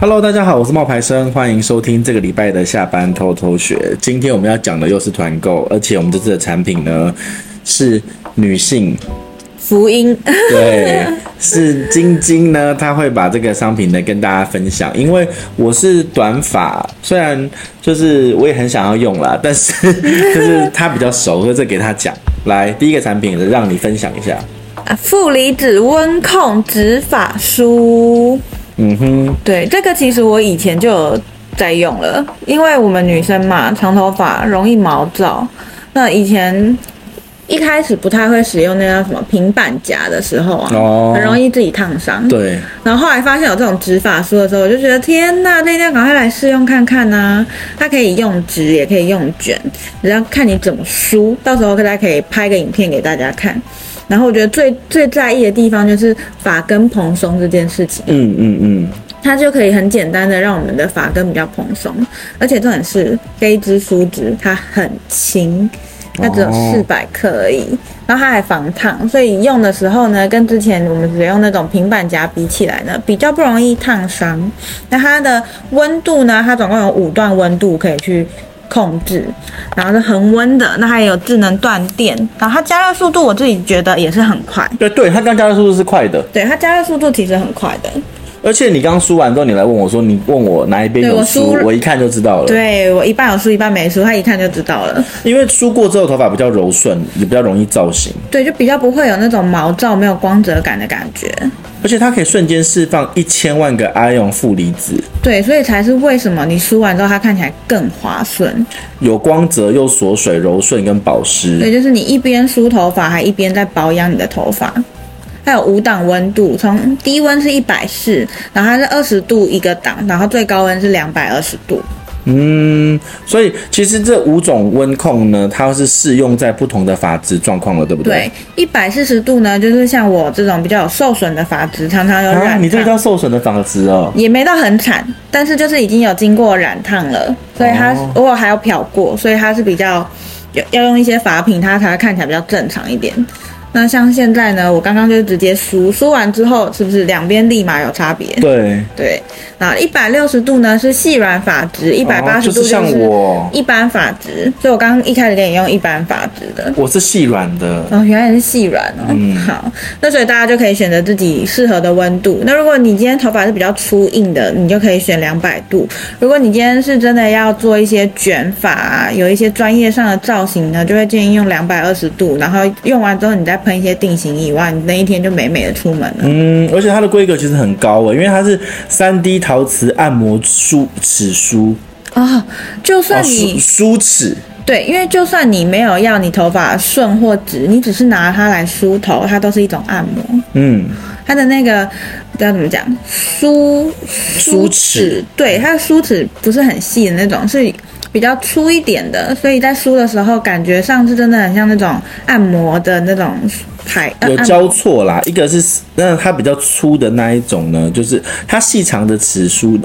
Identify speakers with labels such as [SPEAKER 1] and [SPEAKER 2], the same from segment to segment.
[SPEAKER 1] Hello，大家好，我是冒牌生，欢迎收听这个礼拜的下班偷偷学。今天我们要讲的又是团购，而且我们这次的产品呢是女性，
[SPEAKER 2] 福音，
[SPEAKER 1] 对，是晶晶呢，她会把这个商品呢跟大家分享。因为我是短发，虽然就是我也很想要用啦，但是就是她比较熟，所以这给她讲。来，第一个产品让你分享一下。
[SPEAKER 2] 啊负离子温控直发梳。
[SPEAKER 1] 嗯哼，
[SPEAKER 2] 对，这个其实我以前就有在用了，因为我们女生嘛，长头发容易毛躁。那以前一开始不太会使用那叫什么平板夹的时候啊，
[SPEAKER 1] 哦
[SPEAKER 2] 很容易自己烫伤。
[SPEAKER 1] 对，
[SPEAKER 2] 然后后来发现有这种植发梳的时候，我就觉得天呐，那一定要赶快来试用看看呐、它可以用直，也可以用卷，只要看你怎么梳。到时候大家可以拍个影片给大家看。然后我觉得最最在意的地方就是发根蓬松这件事情，
[SPEAKER 1] 嗯嗯嗯，
[SPEAKER 2] 它就可以很简单的让我们的发根比较蓬松，而且重点是非支梳子它很轻，它只有
[SPEAKER 1] 哦
[SPEAKER 2] 四百克而已，然后它还防烫，所以用的时候呢，跟之前我们只用那种平板夹比起来呢，比较不容易烫伤。那它的温度呢，它总共有五段温度可以去。控制，然后是恒温的，那它也有智能断电，然后它加热速度我自己觉得也是很快，
[SPEAKER 1] 对对，她刚加的速度是快的。
[SPEAKER 2] 对它加热速度其实很快的，
[SPEAKER 1] 而且你刚梳完之后，你来问我说，你问我哪一边
[SPEAKER 2] 对
[SPEAKER 1] 有
[SPEAKER 2] 我
[SPEAKER 1] 梳
[SPEAKER 2] 梳，了
[SPEAKER 1] 我一看就知道了。，
[SPEAKER 2] 对我一半有梳一半没梳，他一看就知道了。
[SPEAKER 1] 因为梳过之后头发比较柔顺，也比较容易造型，
[SPEAKER 2] 对，就比较不会有那种毛躁、没有光泽感的感觉。
[SPEAKER 1] 而且它可以瞬间释放一千万个 ion 负离子，
[SPEAKER 2] 对，所以才是为什么你梳完之后它看起来更滑顺。
[SPEAKER 1] 有光泽又锁水、柔顺跟保
[SPEAKER 2] 对，
[SPEAKER 1] 湿。
[SPEAKER 2] 就是你一边梳头发，还一边在保养你的头发。它有五档温度，从低温是一百四，然后它是二十度一个档，然后最高温是两百二十度。
[SPEAKER 1] 嗯，所以其实这五种温控呢，它是适用在不同的发质状况了，对不
[SPEAKER 2] 对？，一百四十度呢，就是像我这种比较有受损的发质，常常有染
[SPEAKER 1] 啊，
[SPEAKER 2] 烫。
[SPEAKER 1] 你这个叫受损的发质哦。
[SPEAKER 2] 也没到很惨，但是就是已经有经过染烫了，所以它
[SPEAKER 1] 哦
[SPEAKER 2] 偶尔还有漂过，所以它是比较要要用一些发品，它才会看起来比较正常一点。那像现在呢，我刚刚就直接梳，梳完之后是不是两边立马有差别？
[SPEAKER 1] 对，
[SPEAKER 2] 对，那一百六十度呢是细软发质，一百八
[SPEAKER 1] 哦
[SPEAKER 2] 十
[SPEAKER 1] 就
[SPEAKER 2] 度
[SPEAKER 1] 是像我，
[SPEAKER 2] 一般发质，所以我刚刚一开始给你用一般发质的。
[SPEAKER 1] 我是细软的。
[SPEAKER 2] 哦，原来是细软哦。好，那所以大家就可以选择自己适合的温度。那如果你今天头发是比较粗硬的，你就可以选两百度。如果你今天是真的要做一些卷发、啊，有一些专业上的造型呢，就会建议用两百二十度。然后用完之后，你再喷一些定型以外，你那一天就美美的出门了。
[SPEAKER 1] 嗯，而且它的规格其实很高欸诶，因为它是三 D 陶瓷按摩梳齿梳，
[SPEAKER 2] 哦，就
[SPEAKER 1] 哦
[SPEAKER 2] 算你、
[SPEAKER 1] 梳梳齿，
[SPEAKER 2] 对，因为就算你没有要你头发顺或直，你只是拿它来梳头，它都是一种按摩。
[SPEAKER 1] 嗯，
[SPEAKER 2] 它的那个不知道怎么讲，梳梳
[SPEAKER 1] 梳齿，
[SPEAKER 2] 对，它的梳齿不是很细的那种，是比较粗一点的，所以在梳的时候感觉上是真的很像那种按摩的那种排，呃
[SPEAKER 1] 有
[SPEAKER 2] 按
[SPEAKER 1] 交错啦。一个是那它比较粗的那一种呢，就是它细长的齿梳。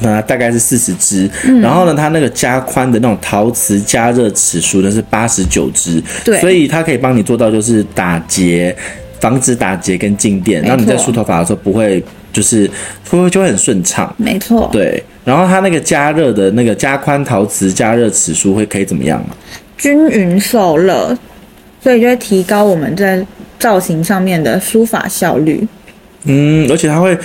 [SPEAKER 1] 那大概是四十支，
[SPEAKER 2] 嗯
[SPEAKER 1] 然后呢，它那个加宽的那种陶瓷加热齿梳呢是八十九支，
[SPEAKER 2] 对
[SPEAKER 1] 所以它可以帮你做到就是打结，防止打结跟静电，
[SPEAKER 2] 没
[SPEAKER 1] 然后你在
[SPEAKER 2] 错
[SPEAKER 1] 梳头发的时候不会就是会就会很顺畅。
[SPEAKER 2] 没错，
[SPEAKER 1] 对，然后它那个加热的那个加宽陶瓷加热齿梳会可以怎么样啊？
[SPEAKER 2] 均匀受热，所以就会提高我们在造型上面的梳法效率。
[SPEAKER 1] 嗯，而且它会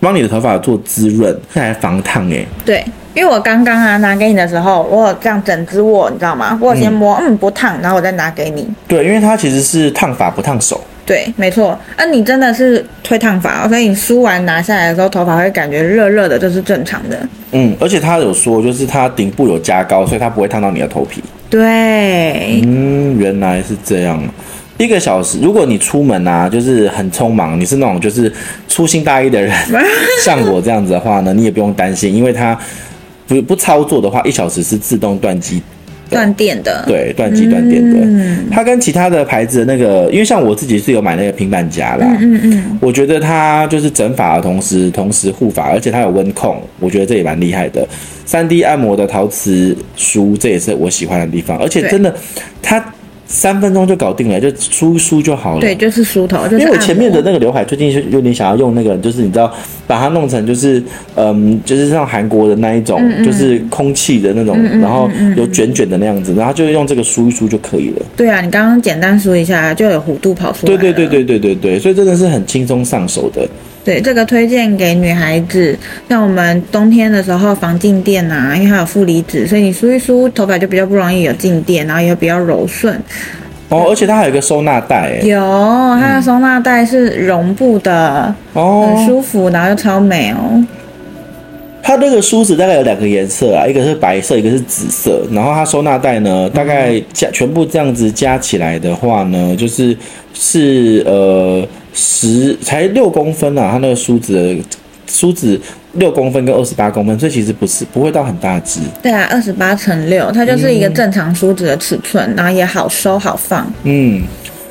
[SPEAKER 1] 帮你的头发做滋润，还防烫欸诶、
[SPEAKER 2] 对，因为我刚刚啊拿给你的时候，我有这样整只握，你知道吗？我有先摸，嗯，不烫，然后我再拿给你，
[SPEAKER 1] 对，因为它其实是烫发不烫手。
[SPEAKER 2] 对，没错。那、你真的是推烫发、哦，所以你梳完拿下来的时候，头发会感觉热热的，这是正常的。
[SPEAKER 1] 嗯，而且它有说，就是它顶部有加高，所以它不会烫到你的头皮。
[SPEAKER 2] 对，
[SPEAKER 1] 嗯，原来是这样。一个小时，如果你出门啊，就是很匆忙，你是那种就是粗心大意 的人，像我这样子的话呢，你也不用担心，因为它不不操作的话，一小时是自动断机
[SPEAKER 2] 断电的。
[SPEAKER 1] 对，断机断电的。它跟其他的牌子的那个，因为像我自己是有买那个平板夹啦，嗯嗯，我觉得它就是整法的同时，同时护法，而且它有温控，我觉得这也蛮厉害的。三 D 按摩的陶瓷梳，这也是我喜欢的地方，而且
[SPEAKER 2] 对
[SPEAKER 1] 真的它。三分钟就搞定了，就梳一梳就好了。
[SPEAKER 2] 对，就是梳头，就是
[SPEAKER 1] 因为我
[SPEAKER 2] 按
[SPEAKER 1] 前面
[SPEAKER 2] 摩
[SPEAKER 1] 的那个刘海最近是有点想要用那个，就是你知道，把它弄成就是嗯，就是像韩国的那一种，
[SPEAKER 2] 嗯
[SPEAKER 1] 就是空气的那种，然后有卷卷的那样子，然后就用这个梳一梳就可以了。
[SPEAKER 2] 对啊，你刚刚简单梳一下就有弧度跑出来
[SPEAKER 1] 对
[SPEAKER 2] 了。
[SPEAKER 1] 对对对对对对，所以真的是很轻松上手的。
[SPEAKER 2] 对，这个推荐给女孩子。像我们冬天的时候，防静电啊，因为它有负离子，所以你梳一梳头发就比较不容易有静电，啊然后也比较柔顺。
[SPEAKER 1] 哦，而且它还有一个收纳袋，哎，
[SPEAKER 2] 有它的收纳袋是绒布的，很
[SPEAKER 1] 哦，
[SPEAKER 2] 舒服，然后又超美哦。
[SPEAKER 1] 它那个梳子大概有两个颜色啊，一个是白色，一个是紫色。然后它收纳袋呢，大概加全部这样子加起来的话呢，就是是呃十才六公分啊，它那个梳子的梳子六公分跟二十八公分，所以其实不是不会到很大只。
[SPEAKER 2] 对啊，二十八乘六，它就是一个正常梳子的尺寸，然后也好收好放。
[SPEAKER 1] 嗯，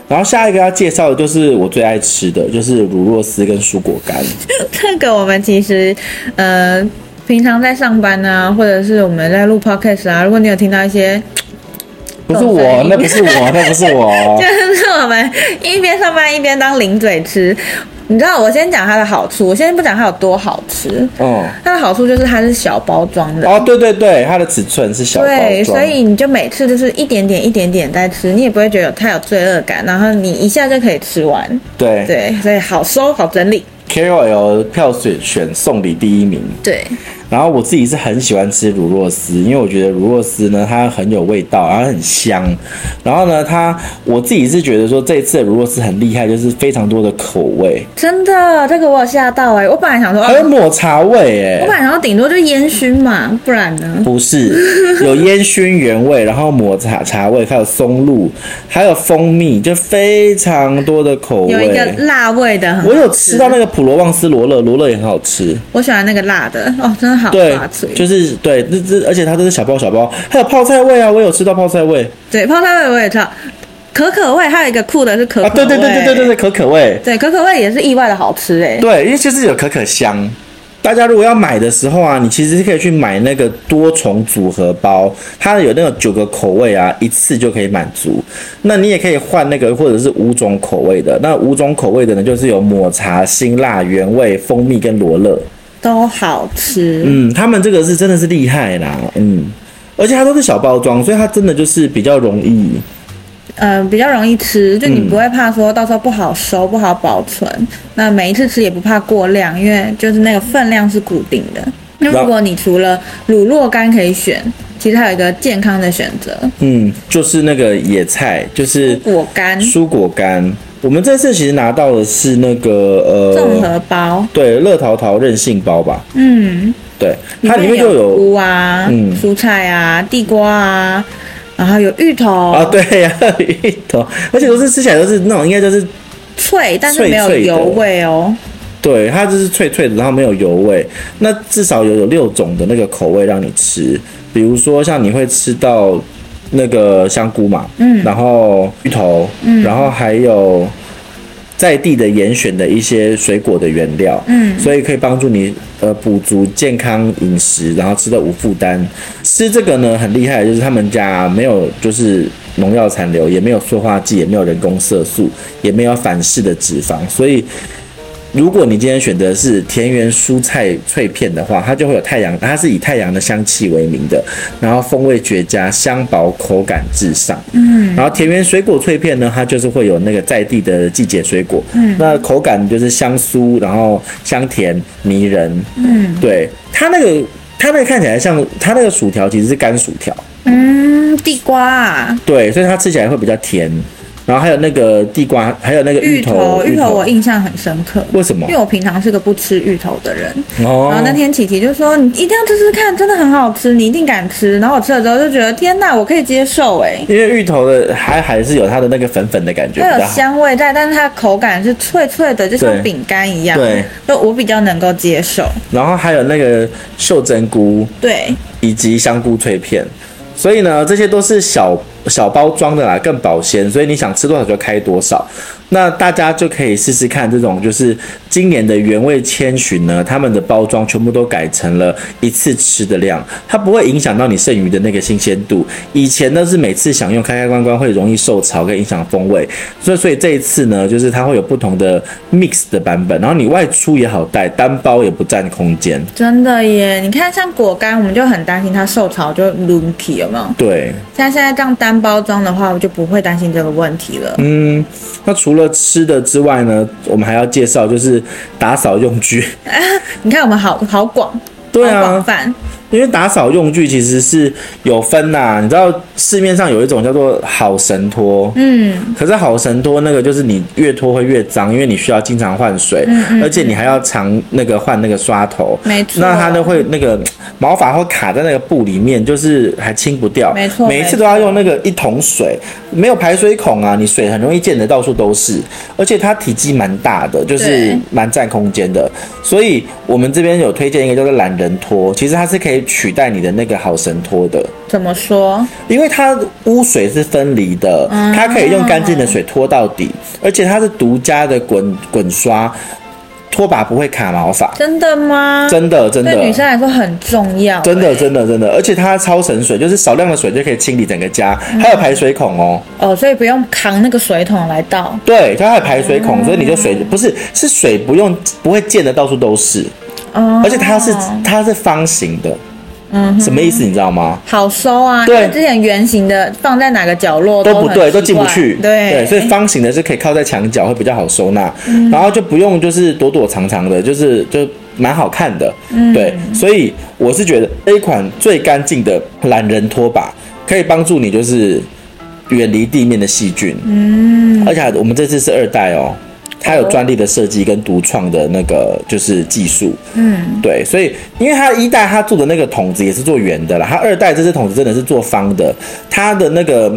[SPEAKER 1] 然后下一个要介绍的就是我最爱吃的，就是乳酪丝跟蔬果干。
[SPEAKER 2] 嗯这个我们其实，呃，平常在上班啊，或者是我们在录 podcast 啊，如果你有听到一些，
[SPEAKER 1] 不是我，那不是我，那不是我。
[SPEAKER 2] 就是我们一边上班一边当零嘴吃。你知道，我先讲它的好处，我先不讲它有多好吃。
[SPEAKER 1] 嗯，
[SPEAKER 2] 它的好处就是它是小包装的，
[SPEAKER 1] 哦，对对对，它的尺寸是小包装。
[SPEAKER 2] 对，所以你就每次就是一点点一点点在吃，你也不会觉得有太有罪恶感，然后你一下就可以吃完。
[SPEAKER 1] 对
[SPEAKER 2] 对，所以好收好整理。
[SPEAKER 1] KOL 票选选送礼第一名。
[SPEAKER 2] 对，
[SPEAKER 1] 然后我自己是很喜欢吃乳酪丝，因为我觉得乳酪丝呢，它很有味道，然后很香。然后呢，它我自己是觉得说这一次的乳酪丝很厉害，就是非常多的口味，
[SPEAKER 2] 真的，这个我有吓到哎、我本来想说，
[SPEAKER 1] 还有抹茶味哎、
[SPEAKER 2] 我本来想说顶多就烟熏嘛，不然呢？
[SPEAKER 1] 不是，有烟熏原味，然后抹茶茶味，还有松露，还有蜂蜜，就非常多的口味。
[SPEAKER 2] 有一个辣味的，很
[SPEAKER 1] 我有吃到那个普罗旺斯罗勒，罗勒也很好吃。
[SPEAKER 2] 我喜欢那个辣的哦，真的好
[SPEAKER 1] 对
[SPEAKER 2] 辣嘴，。
[SPEAKER 1] 就是对，这这，而且它都是小包小包，还有泡菜味啊，我有吃到泡菜味
[SPEAKER 2] 对，泡菜味我也知道，可可味还有一个酷的是可可
[SPEAKER 1] 啊，
[SPEAKER 2] 味，
[SPEAKER 1] 对对对对对对对，可可味，
[SPEAKER 2] 对可可味也是意外的好吃哎、
[SPEAKER 1] 对，因为就是有可可香。大家如果要买的时候啊，你其实是可以去买那个多重组合包，它有那个九个口味啊，一次就可以满足。那你也可以换那个或者是五种口味的，那五种口味的呢，就是有抹茶、辛辣、原味、蜂蜜跟罗勒。
[SPEAKER 2] 都好吃。
[SPEAKER 1] 嗯，他们这个是真的是厉害啦，嗯，而且它都是小包装，所以它真的就是比较容易。
[SPEAKER 2] 呃，比较容易吃，就你不会怕说到时候不好收、不好保存。那每一次吃也不怕过量，因为就是那个分量是固定的。那
[SPEAKER 1] 那
[SPEAKER 2] 如果你除了乳酪干可以选，其实还有一个健康的选择，
[SPEAKER 1] 嗯，就是那个野菜，就是
[SPEAKER 2] 果干
[SPEAKER 1] 蔬果干。我们这次其实拿到的是那个呃，
[SPEAKER 2] 综合包。
[SPEAKER 1] 对，乐淘淘韧性包吧，
[SPEAKER 2] 嗯，
[SPEAKER 1] 对，它里面就
[SPEAKER 2] 有
[SPEAKER 1] 有
[SPEAKER 2] 菇啊、
[SPEAKER 1] 嗯
[SPEAKER 2] 蔬菜啊、地瓜啊，然后有芋头
[SPEAKER 1] 啊，对 呀、芋头，而且都是吃起来都是那种应该就是
[SPEAKER 2] 脆，但是
[SPEAKER 1] 脆
[SPEAKER 2] 没有
[SPEAKER 1] 脆的
[SPEAKER 2] 油味哦。
[SPEAKER 1] 对，它就是脆脆的，然后没有油味。那至少有有六种的那个口味让你吃，比如说像你会吃到那个香菇嘛，嗯，然后芋头，嗯，然后还有在地的严选的一些水果的原料，嗯，所以可以帮助你呃补足健康饮食，然后吃的无负担。吃这个呢很厉害，就是他们家没有就是农药残留，也没有塑化剂，也没有人工色素，也没有反式的脂肪，所以。如果你今天选择是田园蔬菜脆片的话，它就会有太阳，它是以太阳的香气为名的，然后风味绝佳，香薄，口感至上。嗯，然后田园水果脆片呢，它就是会有那个在地的季节水果，嗯，那口感就是香酥，然后香甜迷人。嗯，对，它那个它那个看起来像它那个薯条其实是干薯条，
[SPEAKER 2] 嗯，地瓜啊，
[SPEAKER 1] 对，所以它吃起来会比较甜。然后还有那个地瓜，还有那个
[SPEAKER 2] 芋
[SPEAKER 1] 芋
[SPEAKER 2] 头，
[SPEAKER 1] 头，
[SPEAKER 2] 芋头我印象很深刻。
[SPEAKER 1] 为什么
[SPEAKER 2] 因为我平常是个不吃芋头的人，
[SPEAKER 1] 哦
[SPEAKER 2] 然后那天琪琪就说：“你一定要吃吃看，真的很好吃，你一定敢吃。”然后我吃了之后就觉得：“天呐，我可以接受哎、
[SPEAKER 1] 因为芋头的还还是有它的那个粉粉的感觉，
[SPEAKER 2] 它
[SPEAKER 1] 比
[SPEAKER 2] 有
[SPEAKER 1] 较好。
[SPEAKER 2] 香味在，但是它口感是脆脆的，就像
[SPEAKER 1] 对
[SPEAKER 2] 饼干一样。
[SPEAKER 1] 对，
[SPEAKER 2] 就我比较能够接受。
[SPEAKER 1] 然后还有那个袖珍菇
[SPEAKER 2] 对，
[SPEAKER 1] 以及香菇脆片，所以呢，这些都是小小包装的啦，更保鲜，所以你想吃多少就开多少。那大家就可以试试看这种，就是今年的原味千寻呢，他们的包装全部都改成了一次吃的量，它不会影响到你剩余的那个新鲜度。以前呢是每次享用开开关关会容易受潮，跟影响风味，所以所以这一次呢，就是它会有不同的 mix 的版本，然后你外出也好带，单包也不占空间。
[SPEAKER 2] 真的耶！你看，像果干，我们就很担心它受潮就 l u n k y 有没有？
[SPEAKER 1] 对，
[SPEAKER 2] 像现在这样单包装的话，我就不会担心这个问题了。
[SPEAKER 1] 嗯，那除了吃的之外呢，我们还要介绍就是打扫用具。
[SPEAKER 2] 你看，我们好好广，
[SPEAKER 1] 对
[SPEAKER 2] 好广
[SPEAKER 1] 啊，
[SPEAKER 2] 泛，
[SPEAKER 1] 因为打扫用具其实是有分呐、你知道市面上有一种叫做好神拖，
[SPEAKER 2] 嗯，
[SPEAKER 1] 可是好神拖那个就是你越拖会越脏，因为你需要经常换水，而且你还要常那个换那个刷头。
[SPEAKER 2] 嗯没错。
[SPEAKER 1] 那它呢会那个毛发会卡在那个布里面，就是还清不掉。
[SPEAKER 2] 没错
[SPEAKER 1] 每一
[SPEAKER 2] 没
[SPEAKER 1] 次都要用那个一桶水，没有排水孔啊，你水很容易溅得到处都是。而且它体积蛮大的，就是
[SPEAKER 2] 对
[SPEAKER 1] 蛮占空间的。所以我们这边有推荐一个叫做懒人拖，其实它是可以取代你的那个好神拖的。
[SPEAKER 2] 怎么说？
[SPEAKER 1] 因为它污水是分离的，
[SPEAKER 2] 啊
[SPEAKER 1] 它可以用干净的水拖到底，而且它是独家的滚滚刷，拖把不会卡毛发，
[SPEAKER 2] 真的吗？
[SPEAKER 1] 真的真
[SPEAKER 2] 对女
[SPEAKER 1] 的。
[SPEAKER 2] 生来说很重要、
[SPEAKER 1] 真的，
[SPEAKER 2] 欸
[SPEAKER 1] 真的，真的，而且它超省水，就是少量的水就可以清理整个家，
[SPEAKER 2] 嗯
[SPEAKER 1] 还有排水孔哦。
[SPEAKER 2] 哦，所以不用扛那个水桶来倒。
[SPEAKER 1] 对，它还有排水
[SPEAKER 2] 嗯
[SPEAKER 1] 孔，所以你就水不是是水不用不会溅的到处都是，
[SPEAKER 2] 哦，
[SPEAKER 1] 而且它是它是方形的，
[SPEAKER 2] 嗯
[SPEAKER 1] 什么意思你知道吗？
[SPEAKER 2] 好收啊，
[SPEAKER 1] 对
[SPEAKER 2] 因为之前圆形的放在哪个角落
[SPEAKER 1] 都
[SPEAKER 2] 很
[SPEAKER 1] 不对，都
[SPEAKER 2] 奇
[SPEAKER 1] 进不
[SPEAKER 2] 怪
[SPEAKER 1] 去。
[SPEAKER 2] 对，嗯
[SPEAKER 1] 所以方形的是可以靠在墙角，会比较好收纳，然后就不用就是躲躲藏藏的，就是就蛮好看的。
[SPEAKER 2] 嗯
[SPEAKER 1] 对，所以我是觉得这一款最干净的懒人拖把可以帮助你就是远离地面的细菌。嗯，而且我们这次是二代哦。它有专利的设计跟独创的那个就是技术，
[SPEAKER 2] 嗯，
[SPEAKER 1] 对，所以因为它一代它做的那个桶子也是做圆的啦，它二代这只桶子真的是做方的，它的那个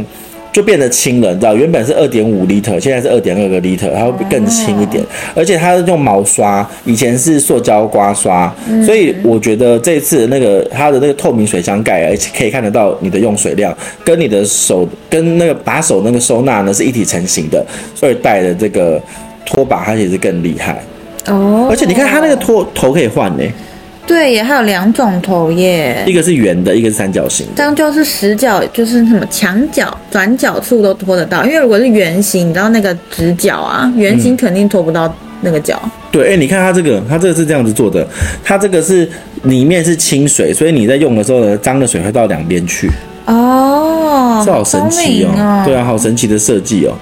[SPEAKER 1] 就变得轻了，你知道，原本是二点五 liter，现在是二点二个 liter，它会更轻一点，而且它用毛刷，以前是塑胶刮刷，所以我觉得这次那个它的那个透明水箱盖，而且可以看得到你的用水量，跟你的手跟那个把手那个收纳呢是一体成型的，二代的这个拖把它也是更厉害，
[SPEAKER 2] 哦，
[SPEAKER 1] 而且你看它那个拖头可以换呢、
[SPEAKER 2] 对耶，还有两种头耶，
[SPEAKER 1] 一个是圆的，一个是三角形的。
[SPEAKER 2] 这样就是死角，就是什么墙角、转角处都拖得到，因为如果是圆形，你知道那个直角啊，圆形肯定拖不到那个角。
[SPEAKER 1] 对，哎、你看它这个，它这个是这样子做的，它这个是里面是清水，所以你在用的时候呢，脏的水会到两边去，
[SPEAKER 2] 嗯哦，
[SPEAKER 1] 这好神奇
[SPEAKER 2] 聪明
[SPEAKER 1] 哦。对啊，好神奇的设计哦。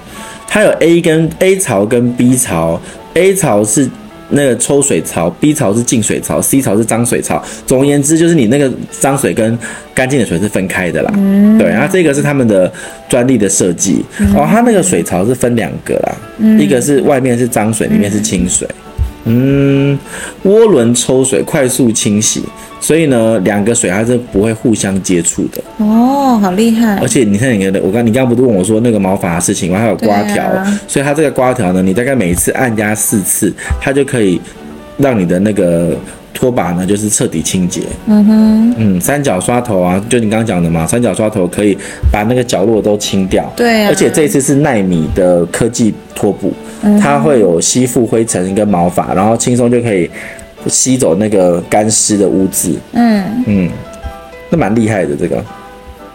[SPEAKER 1] 它有 A 跟 A 槽跟 B 槽，A 槽是那个抽水槽，B 槽是净水槽，C 槽是脏水槽。总而言之，就是你那个脏水跟干净的水是分开的啦。嗯、对，然后这个是他们的专利的设计。哦，它那个水槽是分两个啦，一个是外面是脏水，里面是清水。嗯，涡轮抽水快速清洗，所以呢，两个水它是不会互相接触的。
[SPEAKER 2] 哦，好厉害
[SPEAKER 1] 而，且你看你的，我刚你刚刚不是问我说那个毛发的事情吗？还有刮条，
[SPEAKER 2] 对啊
[SPEAKER 1] 所以它这个刮条呢，你大概每一次按压四次，它就可以让你的那个拖把呢，就是彻底清洁。
[SPEAKER 2] 嗯哼，
[SPEAKER 1] 嗯，三角刷头啊，就你刚刚讲的嘛，三角刷头可以把那个角落都清掉。
[SPEAKER 2] 对啊，
[SPEAKER 1] 而且这一次是纳米的科技拖布，
[SPEAKER 2] 嗯
[SPEAKER 1] 它会有吸附灰尘跟毛发，然后轻松就可以吸走那个干湿的污渍。
[SPEAKER 2] 嗯，
[SPEAKER 1] 嗯，那蛮厉害的这个。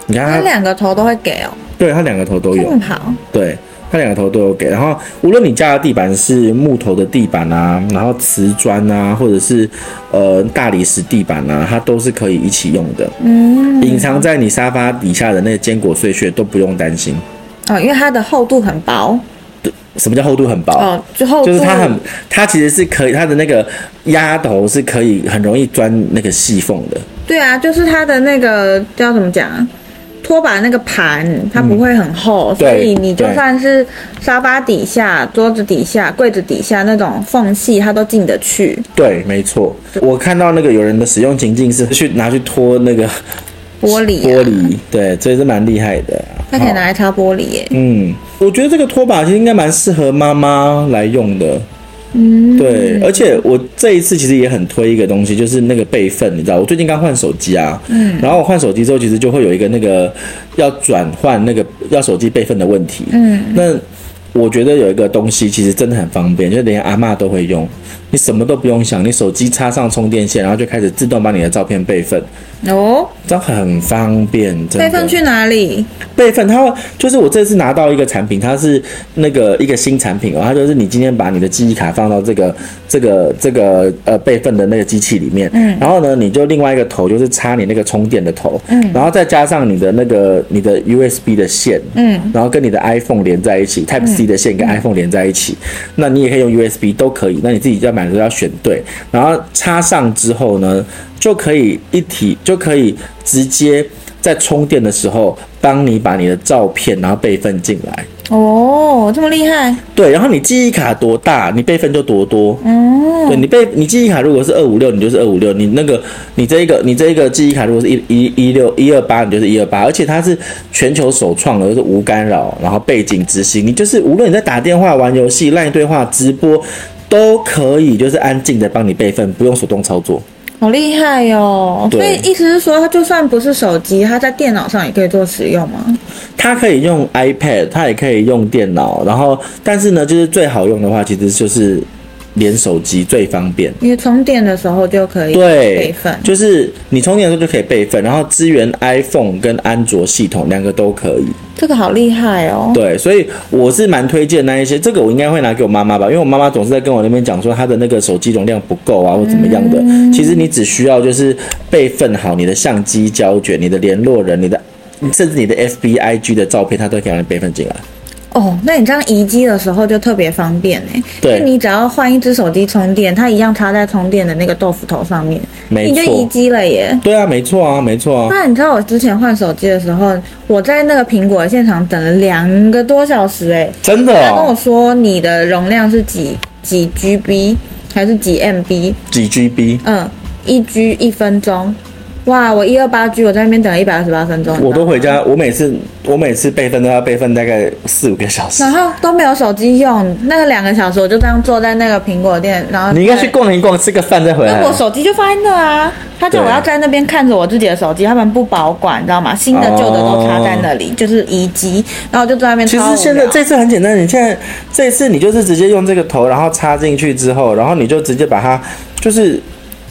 [SPEAKER 1] 你看
[SPEAKER 2] 它
[SPEAKER 1] 它，
[SPEAKER 2] 两个头都会给哦，
[SPEAKER 1] 对它两个头都有
[SPEAKER 2] 这。么好，
[SPEAKER 1] 对，它两个头都有给。然后无论你家的地板是木头的地板啊，然后瓷砖啊，或者是呃大理石地板啊，它都是可以一起用的。
[SPEAKER 2] 嗯，
[SPEAKER 1] 隐藏在你沙发底下的那个坚果碎屑都不用担心。
[SPEAKER 2] 哦，因为它的厚度很薄，
[SPEAKER 1] 什么叫厚度很薄？
[SPEAKER 2] 哦，就厚度
[SPEAKER 1] 就是它很，它其实是可以，它的那个压头是可以很容易钻那个细缝的。
[SPEAKER 2] 对啊，就是它的那个叫怎么讲啊？拖把那个盘它不会很厚，所以你就
[SPEAKER 1] 嗯对
[SPEAKER 2] 算是沙发底下、桌子底下、柜子底下那种缝隙，它都进得去。
[SPEAKER 1] 对，没错。我看到那个有人的使用情境是去拿去拖那个
[SPEAKER 2] 玻璃、啊，
[SPEAKER 1] 玻， 璃，对，所以是蛮厉害的。
[SPEAKER 2] 它可以
[SPEAKER 1] 好
[SPEAKER 2] 拿来擦玻璃耶、
[SPEAKER 1] 嗯，我觉得这个拖把其实应该蛮适合妈妈来用的，嗯，对，而且我这一次其实也很推一个东西，就是那个备份，你知道，我最近刚换手机啊，嗯，然后我换手机之后，其实就会有一个那个要转换那个要手机备份的问题，嗯，那。我觉得有一个东西其实真的很方便，就连阿嬷都会用，你什么都不用想，你手机插上充电线，然后就开始自动把你的照片备份，
[SPEAKER 2] 哦，
[SPEAKER 1] 这样很方便。真的
[SPEAKER 2] 备份去哪里？
[SPEAKER 1] 备份，它会就是我这次拿到一个产品，它是那个一个新产品哦，它就是你今天把你的记忆卡放到这个这个这个呃备份的那个机器里面，嗯，然后呢，你就另外一个头就是插你那个充电的头，嗯，然后再加上你的那个你的 USB 的线，嗯，然后跟你的 iPhone 连在一起，Type C 的线跟 iPhone 连在一起，那你也可以用 USB 都可以，那你自己要买的时候要选对，然后插上之后呢，就可以一体就可以直接。在充电的时候，帮你把你的照片然后备份进来。
[SPEAKER 2] 哦，这么厉害，
[SPEAKER 1] 对，然后你记忆卡多大，你备份就多多。
[SPEAKER 2] 嗯
[SPEAKER 1] 哦，对你备你记忆卡如果是二五六，你就是二五六；你那个你这一个你这一个记忆卡如果是一一一六一二八，你就是一二八。而且它是全球首创的，就是无干扰，然后背景执行。你就是无论你在打电话、玩游戏、赖对话、直播，都可以就是安静的帮你备份，不用手动操作。
[SPEAKER 2] 好厉害哟、
[SPEAKER 1] 对
[SPEAKER 2] 所以意思是说，它就算不是手机，它在电脑上也可以做使用吗？
[SPEAKER 1] 它可以用 iPad，它也可以用电脑，然后但是呢，就是最好用的话，其实就是连手机最方便。
[SPEAKER 2] 因为充电的时候就可以
[SPEAKER 1] 对，
[SPEAKER 2] 备份。
[SPEAKER 1] 就是你充电的时候就可以备份，然后支援 iPhone 跟安卓系统两个都可以。
[SPEAKER 2] 这个好厉害哦！
[SPEAKER 1] 对，所以我是蛮推荐那一些，这个我应该会拿给我妈妈吧，因为我妈妈总是在跟我那边讲说她的那个手机容量不够啊，或怎么样的。
[SPEAKER 2] 嗯
[SPEAKER 1] 其实你只需要就是备份好你的相机胶卷、你的联络人、你的甚至你的 FBIG 的照片，它都可以让你备份进来。
[SPEAKER 2] 哦，那你这样移机的时候就特别方便哎，
[SPEAKER 1] 对
[SPEAKER 2] 因为你只要换一只手机充电，它一样插在充电的那个豆腐头上面，
[SPEAKER 1] 没
[SPEAKER 2] 你就
[SPEAKER 1] 错
[SPEAKER 2] 移机了耶。
[SPEAKER 1] 对啊，没错啊，没错啊。
[SPEAKER 2] 那你知道我之前换手机的时候，我在那个苹果的现场等了两个多小时哎，
[SPEAKER 1] 真的
[SPEAKER 2] 他跟我
[SPEAKER 1] 哦，
[SPEAKER 2] 说你的容量是几几 GB 还是几 MB？
[SPEAKER 1] 几 GB，
[SPEAKER 2] 嗯，一 G 一分钟。哇，我一二八 G，我在那边等了一百二十八分钟，
[SPEAKER 1] 我都回家，我每次我每次备份都要备份大概四五个小时
[SPEAKER 2] 然。后都没有手机用，那个两个小时我就这样坐在那个苹果店，然后
[SPEAKER 1] 你应该
[SPEAKER 2] 在
[SPEAKER 1] 去。逛一逛，吃个饭再回来
[SPEAKER 2] 那。我手机就放在那啊，他叫我
[SPEAKER 1] 对
[SPEAKER 2] 要在那边看着我自己的手机，他们不保管，你知道吗？新的旧的都插在那里，就是移机，然后我就坐在那边
[SPEAKER 1] 哦其
[SPEAKER 2] 超无
[SPEAKER 1] 实现
[SPEAKER 2] 聊。
[SPEAKER 1] 在这次很简单，你现在这次你就是直接用这个头，然后插进去之后，然后你就直接把它就是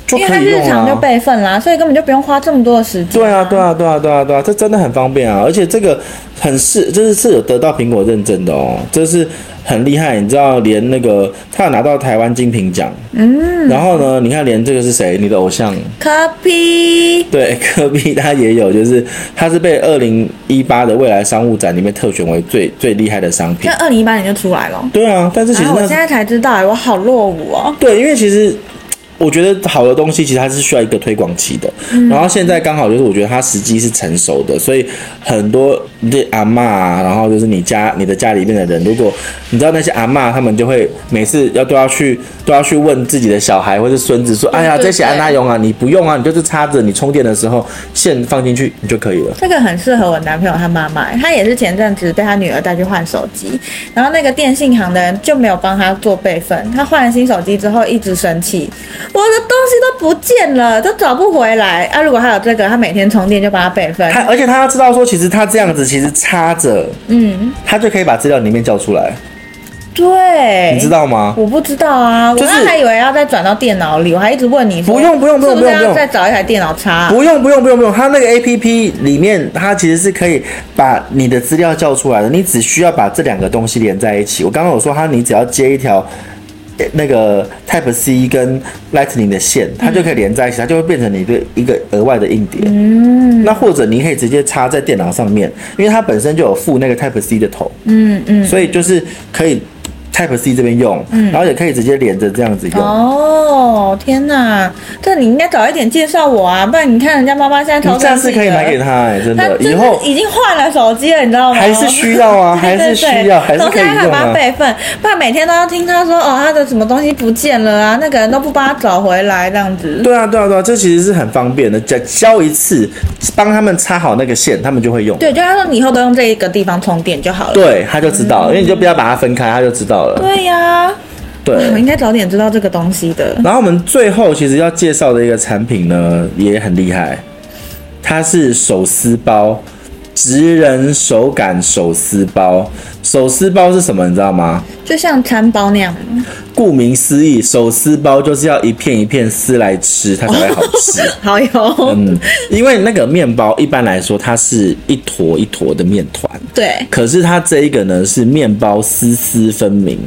[SPEAKER 1] 就
[SPEAKER 2] 因为它
[SPEAKER 1] 可以
[SPEAKER 2] 日
[SPEAKER 1] 用
[SPEAKER 2] 常就
[SPEAKER 1] 啊。
[SPEAKER 2] 备份啦，所以根本就不用花这么多的时间。
[SPEAKER 1] 对啊，对啊，对啊，对啊，对啊，这真的很方便啊！而且这个很是，就是是有得到苹果认证的哦，这是很厉害。你知道，连那个他有拿到台湾金瓶奖，嗯，然后呢，你看连这个是谁，你的偶像
[SPEAKER 2] Copy，
[SPEAKER 1] 对，科比他也有，就是他是被二零一八的未来商务展里面特选为最最厉害的商品
[SPEAKER 2] 那。二零一八年就出来了。
[SPEAKER 1] 对啊，但是其
[SPEAKER 2] 然
[SPEAKER 1] 实
[SPEAKER 2] 后我
[SPEAKER 1] 那、
[SPEAKER 2] 现在才知道、哎我好落伍哦。
[SPEAKER 1] 对，因为其实我觉得好的东西其实它是需要一个推广期的，
[SPEAKER 2] 嗯
[SPEAKER 1] 然后现在刚好就是我觉得它时机是成熟的，所以很多的阿嬷啊，然后就是你家你的家里面的人，如果你知道那些阿嬷，他们就会每次要都要去都要去问自己的小孩或是孙子说，哎呀，
[SPEAKER 2] 对
[SPEAKER 1] 这些安娜
[SPEAKER 2] 对
[SPEAKER 1] 用啊，你不用啊，你就是插着你充电的时候线放进去你就可以了。
[SPEAKER 2] 这个很适合我男朋友他妈妈，他也是前阵子被他女儿带去换手机，然后那个电信行的人就没有帮他做备份，他换了新手机之后一直生气，我的东西都不见了，都找不回来啊！如果他有这个，他每天充电就帮他备份。
[SPEAKER 1] 他而且他要知道说，其实他这样子其实插着，
[SPEAKER 2] 嗯，
[SPEAKER 1] 他就可以把资料里面叫出来，
[SPEAKER 2] 对，
[SPEAKER 1] 你知道吗？
[SPEAKER 2] 我不知道啊，
[SPEAKER 1] 就是
[SPEAKER 2] 我刚才以为要再转到电脑里，我还一直问你说
[SPEAKER 1] 不用不用不用
[SPEAKER 2] 是不是
[SPEAKER 1] 不用
[SPEAKER 2] 要再找一台电脑插、
[SPEAKER 1] 不用不用不用不用，他那个 A P P 里面，它其实是可以把你的资料叫出来的，你只需要把这两个东西连在一起。我刚刚有说，它你只要接一条。呃那个 Type C 跟 Lightning 的线，它就可以连在一起，它就会变成你的一个额外的硬碟。嗯，那或者你可以直接插在电脑上面，因为它本身就有附那个 Type C 的头。
[SPEAKER 2] 嗯嗯，
[SPEAKER 1] 所以就是可以 Type C 这边用，然后也可以直接连着这样子用。
[SPEAKER 2] 哦，天哪，这你应该早一点介绍我啊，不然你看人家妈妈现在
[SPEAKER 1] 你
[SPEAKER 2] 头
[SPEAKER 1] 下次可以买给他、哎，真
[SPEAKER 2] 他
[SPEAKER 1] 的，
[SPEAKER 2] 真
[SPEAKER 1] 以
[SPEAKER 2] 的
[SPEAKER 1] 后
[SPEAKER 2] 已经换了手机了，你知道吗？
[SPEAKER 1] 还是 需要啊还是需要还是可以用啊
[SPEAKER 2] 还把它备份，不然每天都要听他说哦，他的什么东西不见了啊，那个人都不帮他找回来这样子。
[SPEAKER 1] 对啊，对啊，对啊，这其实是很方便的，只教一次，帮他们插好那个线，他们就会用。
[SPEAKER 2] 对，就他说你以后都用这一个地方充电就好了。嗯
[SPEAKER 1] 对，他就知道，因为你就不要把它分开，他就知道了。
[SPEAKER 2] 对呀、
[SPEAKER 1] 对
[SPEAKER 2] 我应该早点知道这个东西的。
[SPEAKER 1] 然后我们最后其实要介绍的一个产品呢，也很厉害，它是手撕包，职人手感手撕包。手撕包是什么？你知道吗？
[SPEAKER 2] 就像餐包那样，
[SPEAKER 1] 顾名思义，手撕包就是要一片一片撕来吃，它才会好吃。
[SPEAKER 2] 好有，
[SPEAKER 1] 嗯， 因为那个面包一般来说它是一坨一坨的面团，
[SPEAKER 2] 对，
[SPEAKER 1] 可是它这一个呢是面包丝丝分明，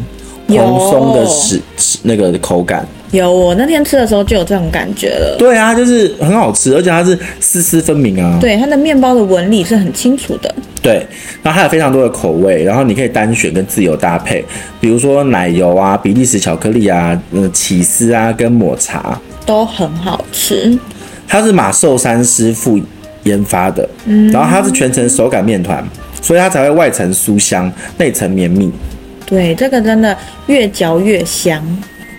[SPEAKER 1] 蓬
[SPEAKER 2] 有
[SPEAKER 1] 松的食食那个口感。
[SPEAKER 2] 有我那天吃的时候就有这种感觉了。
[SPEAKER 1] 对啊，就是很好吃，而且它是丝丝分明啊。
[SPEAKER 2] 对，它的面包的纹理是很清楚的。
[SPEAKER 1] 对，然后它有非常多的口味，然后你可以单选跟自由搭配，比如说奶油啊、比利时巧克力啊、呃起司啊跟抹茶。
[SPEAKER 2] 都很好吃，
[SPEAKER 1] 它是马寿山师傅研发的，
[SPEAKER 2] 嗯
[SPEAKER 1] 然后它是全程手擀面团，所以它才会外层酥香，内层绵密。
[SPEAKER 2] 对，这个真的越嚼越香。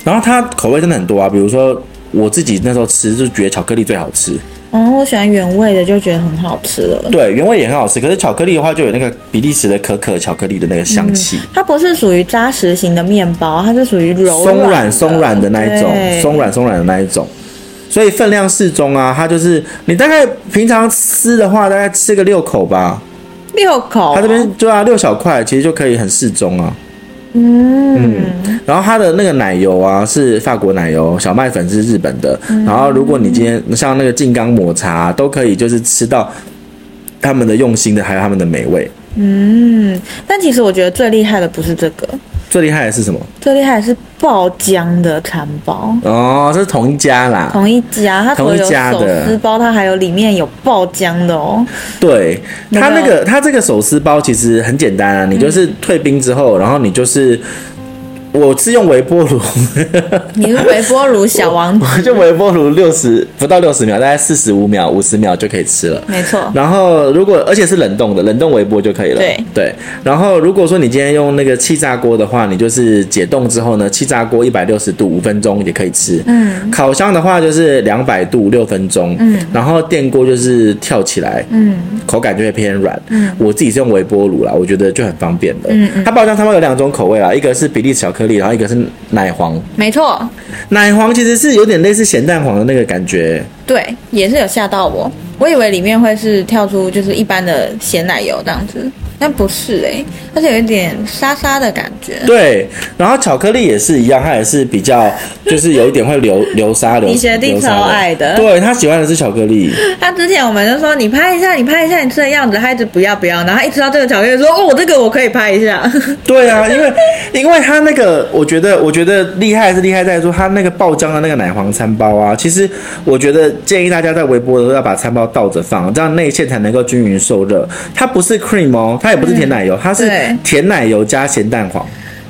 [SPEAKER 1] 然后它口味真的很多啊，比如说我自己那时候吃就觉得巧克力最好吃，
[SPEAKER 2] 嗯，我喜欢原味的，就觉得很好吃了。
[SPEAKER 1] 对，原味也很好吃，可是巧克力的话就有那个比利时的可可巧克力的那个香气。
[SPEAKER 2] 它不是属于扎实型的面包，它是属于柔
[SPEAKER 1] 松
[SPEAKER 2] 软
[SPEAKER 1] 软
[SPEAKER 2] 的
[SPEAKER 1] 松软的那一种，
[SPEAKER 2] 对
[SPEAKER 1] 松软松软的那一种。所以分量适中啊，它就是你大概平常吃的话，大概吃个六口吧。
[SPEAKER 2] 哦六口。
[SPEAKER 1] 它这边对啊，六小块其实就可以很适中啊。
[SPEAKER 2] 嗯，
[SPEAKER 1] 然后它的那个奶油啊是法国奶油，小麦粉是日本的。
[SPEAKER 2] 嗯
[SPEAKER 1] 然后如果你今天像那个静冈抹茶，都可以就是吃到他们的用心的，还有他们的美味。
[SPEAKER 2] 但其实我觉得最厉害的不是这个，
[SPEAKER 1] 最厉害的是什么？
[SPEAKER 2] 最厉害的是爆浆的蚕包。
[SPEAKER 1] 哦，这是同一家啦。
[SPEAKER 2] 同一家，它除了有
[SPEAKER 1] 同一家
[SPEAKER 2] 手
[SPEAKER 1] 的
[SPEAKER 2] 撕包，它还有里面有爆浆的哦。
[SPEAKER 1] 对，
[SPEAKER 2] 那
[SPEAKER 1] 它
[SPEAKER 2] 个嗯
[SPEAKER 1] 那个它这个手撕包其实很简单啊，你就是退冰之后，然后你就是。我是用微波炉，
[SPEAKER 2] 你是微波炉小王子，
[SPEAKER 1] 我就微波炉六十不到六十秒，大概四十五秒、五十秒就可以吃了。
[SPEAKER 2] 没错，
[SPEAKER 1] 然后如果而且是冷冻的，冷冻微波就可以了。
[SPEAKER 2] 对
[SPEAKER 1] 然后如果说你今天用那个气炸锅的话，你就是解冻之后呢，气炸锅一百六十度五分钟也可以吃。嗯。烤箱的话就是两百度六分钟。嗯。然后电锅就是跳起来。嗯。口感就会偏软。嗯。我自己是用微波炉啦，我觉得就很方便的。嗯它爆浆他们有两种口味啦，一个是比利时巧克力，然后一个是奶黄。
[SPEAKER 2] 没错，
[SPEAKER 1] 奶黄其实是有点类似咸蛋黄的那个感觉。
[SPEAKER 2] 对，也是有吓到我，我以为里面会是跳出就是一般的咸奶油这样子，但不是诶、它是有一点沙沙的感 觉。
[SPEAKER 1] 对，然后巧克力也是一样，它也是比较，就是有一点会流流沙流。
[SPEAKER 2] 你学弟
[SPEAKER 1] 流沙
[SPEAKER 2] 超爱的
[SPEAKER 1] 对他喜欢的是巧克 力，
[SPEAKER 2] 他之前我们就说你拍一下，你拍一下你吃的样子，他一直不要不要，然后他一吃到这个巧克力说哦，我这个我可以拍一下。
[SPEAKER 1] 对啊，因为因为他那个，我觉得我觉得厉害是厉害在说他那个爆浆的那个奶黄餐包啊，其实我觉得建议大家在微波的时候要把餐包倒着放，这样内馅才能够均匀受热。它不是 cream 哦，它也不是甜奶油，它是
[SPEAKER 2] 嗯对
[SPEAKER 1] 甜奶油加咸蛋黄。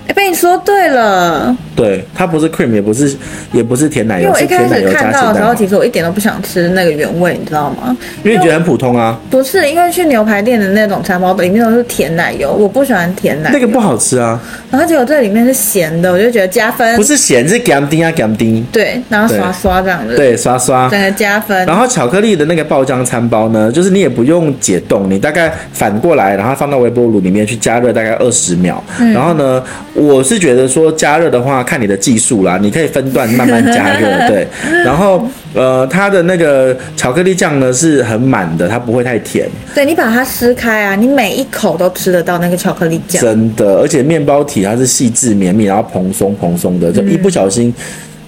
[SPEAKER 2] 哎、被你说对了，
[SPEAKER 1] 对，它不是 cream，也不是也不是甜奶
[SPEAKER 2] 因为
[SPEAKER 1] 油，
[SPEAKER 2] 我
[SPEAKER 1] 是
[SPEAKER 2] 一开
[SPEAKER 1] 甜奶
[SPEAKER 2] 始
[SPEAKER 1] 油加
[SPEAKER 2] 看
[SPEAKER 1] 咸
[SPEAKER 2] 到的
[SPEAKER 1] 蛋
[SPEAKER 2] 时候，
[SPEAKER 1] 黄。
[SPEAKER 2] 其实我一点都不想吃那个原味，你知道吗？
[SPEAKER 1] 因为你觉得很普通啊，
[SPEAKER 2] 不是，因为去牛排店的那种餐包里面都是甜奶油，我不喜欢甜奶油
[SPEAKER 1] 那个不好吃啊。
[SPEAKER 2] 然后结果这里面是咸的，我就觉得加分。
[SPEAKER 1] 不是咸，是 gam 丁啊 gam 丁，
[SPEAKER 2] 对，然后
[SPEAKER 1] 对
[SPEAKER 2] 刷刷这样子，，
[SPEAKER 1] 对，刷刷。
[SPEAKER 2] 整个加分。
[SPEAKER 1] 啊然后巧克力的那个爆浆餐包呢，就是你也不用解冻，你大概反过来，然后放到微波炉里面去加热大概二十秒。然后呢，我是觉得说加热的话，看你的技术啦，你可以分段慢慢加热，对。然后呃，它的那个巧克力酱呢是很满的，它不会太甜，
[SPEAKER 2] 对你把它撕开啊，你每一口都吃得到那个巧克力酱。
[SPEAKER 1] 真的。而且面包体它是细致绵密，然后蓬松蓬松的，就一不小心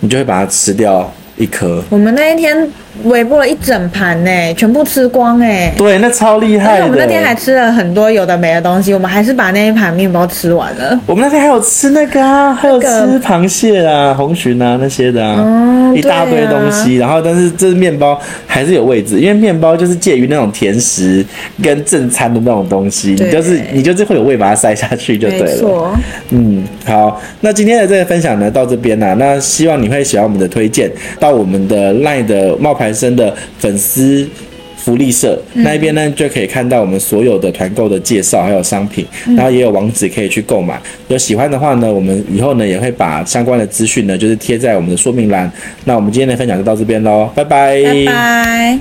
[SPEAKER 1] 你就会把它吃掉一颗。
[SPEAKER 2] 我们那一天微波了一整盘呢、全部吃光哎、
[SPEAKER 1] 对，那超厉
[SPEAKER 2] 而
[SPEAKER 1] 害
[SPEAKER 2] 且
[SPEAKER 1] 的。
[SPEAKER 2] 哎我们那天还吃了很多有的没的东西，我们还是把那一盘面包吃完了。
[SPEAKER 1] 我们那天还有吃那个啊，还有吃
[SPEAKER 2] 个
[SPEAKER 1] 螃蟹啊、红鲟啊那些的啊，
[SPEAKER 2] 嗯
[SPEAKER 1] 一大堆
[SPEAKER 2] 对啊
[SPEAKER 1] 东西。然后，但是这面包还是有位置，因为面包就是介于那种甜食跟正餐的那种东西，
[SPEAKER 2] 对
[SPEAKER 1] 你就是你就是会有胃把它塞下去就对
[SPEAKER 2] 没
[SPEAKER 1] 了。
[SPEAKER 2] 错，
[SPEAKER 1] 嗯，好，那今天的这个分享呢到这边啦、那希望你会喜欢我们的推荐，到我们的 LINE 的冒牌生的粉丝。福利社那一边呢，就可以看到我们所有的团购的介绍，还有商品，然后也有网址可以去购买。有喜欢的话呢，我们以后呢也会把相关的资讯呢，就是贴在我们的说明栏。那我们今天的分享就到这边喽，拜
[SPEAKER 2] 拜拜。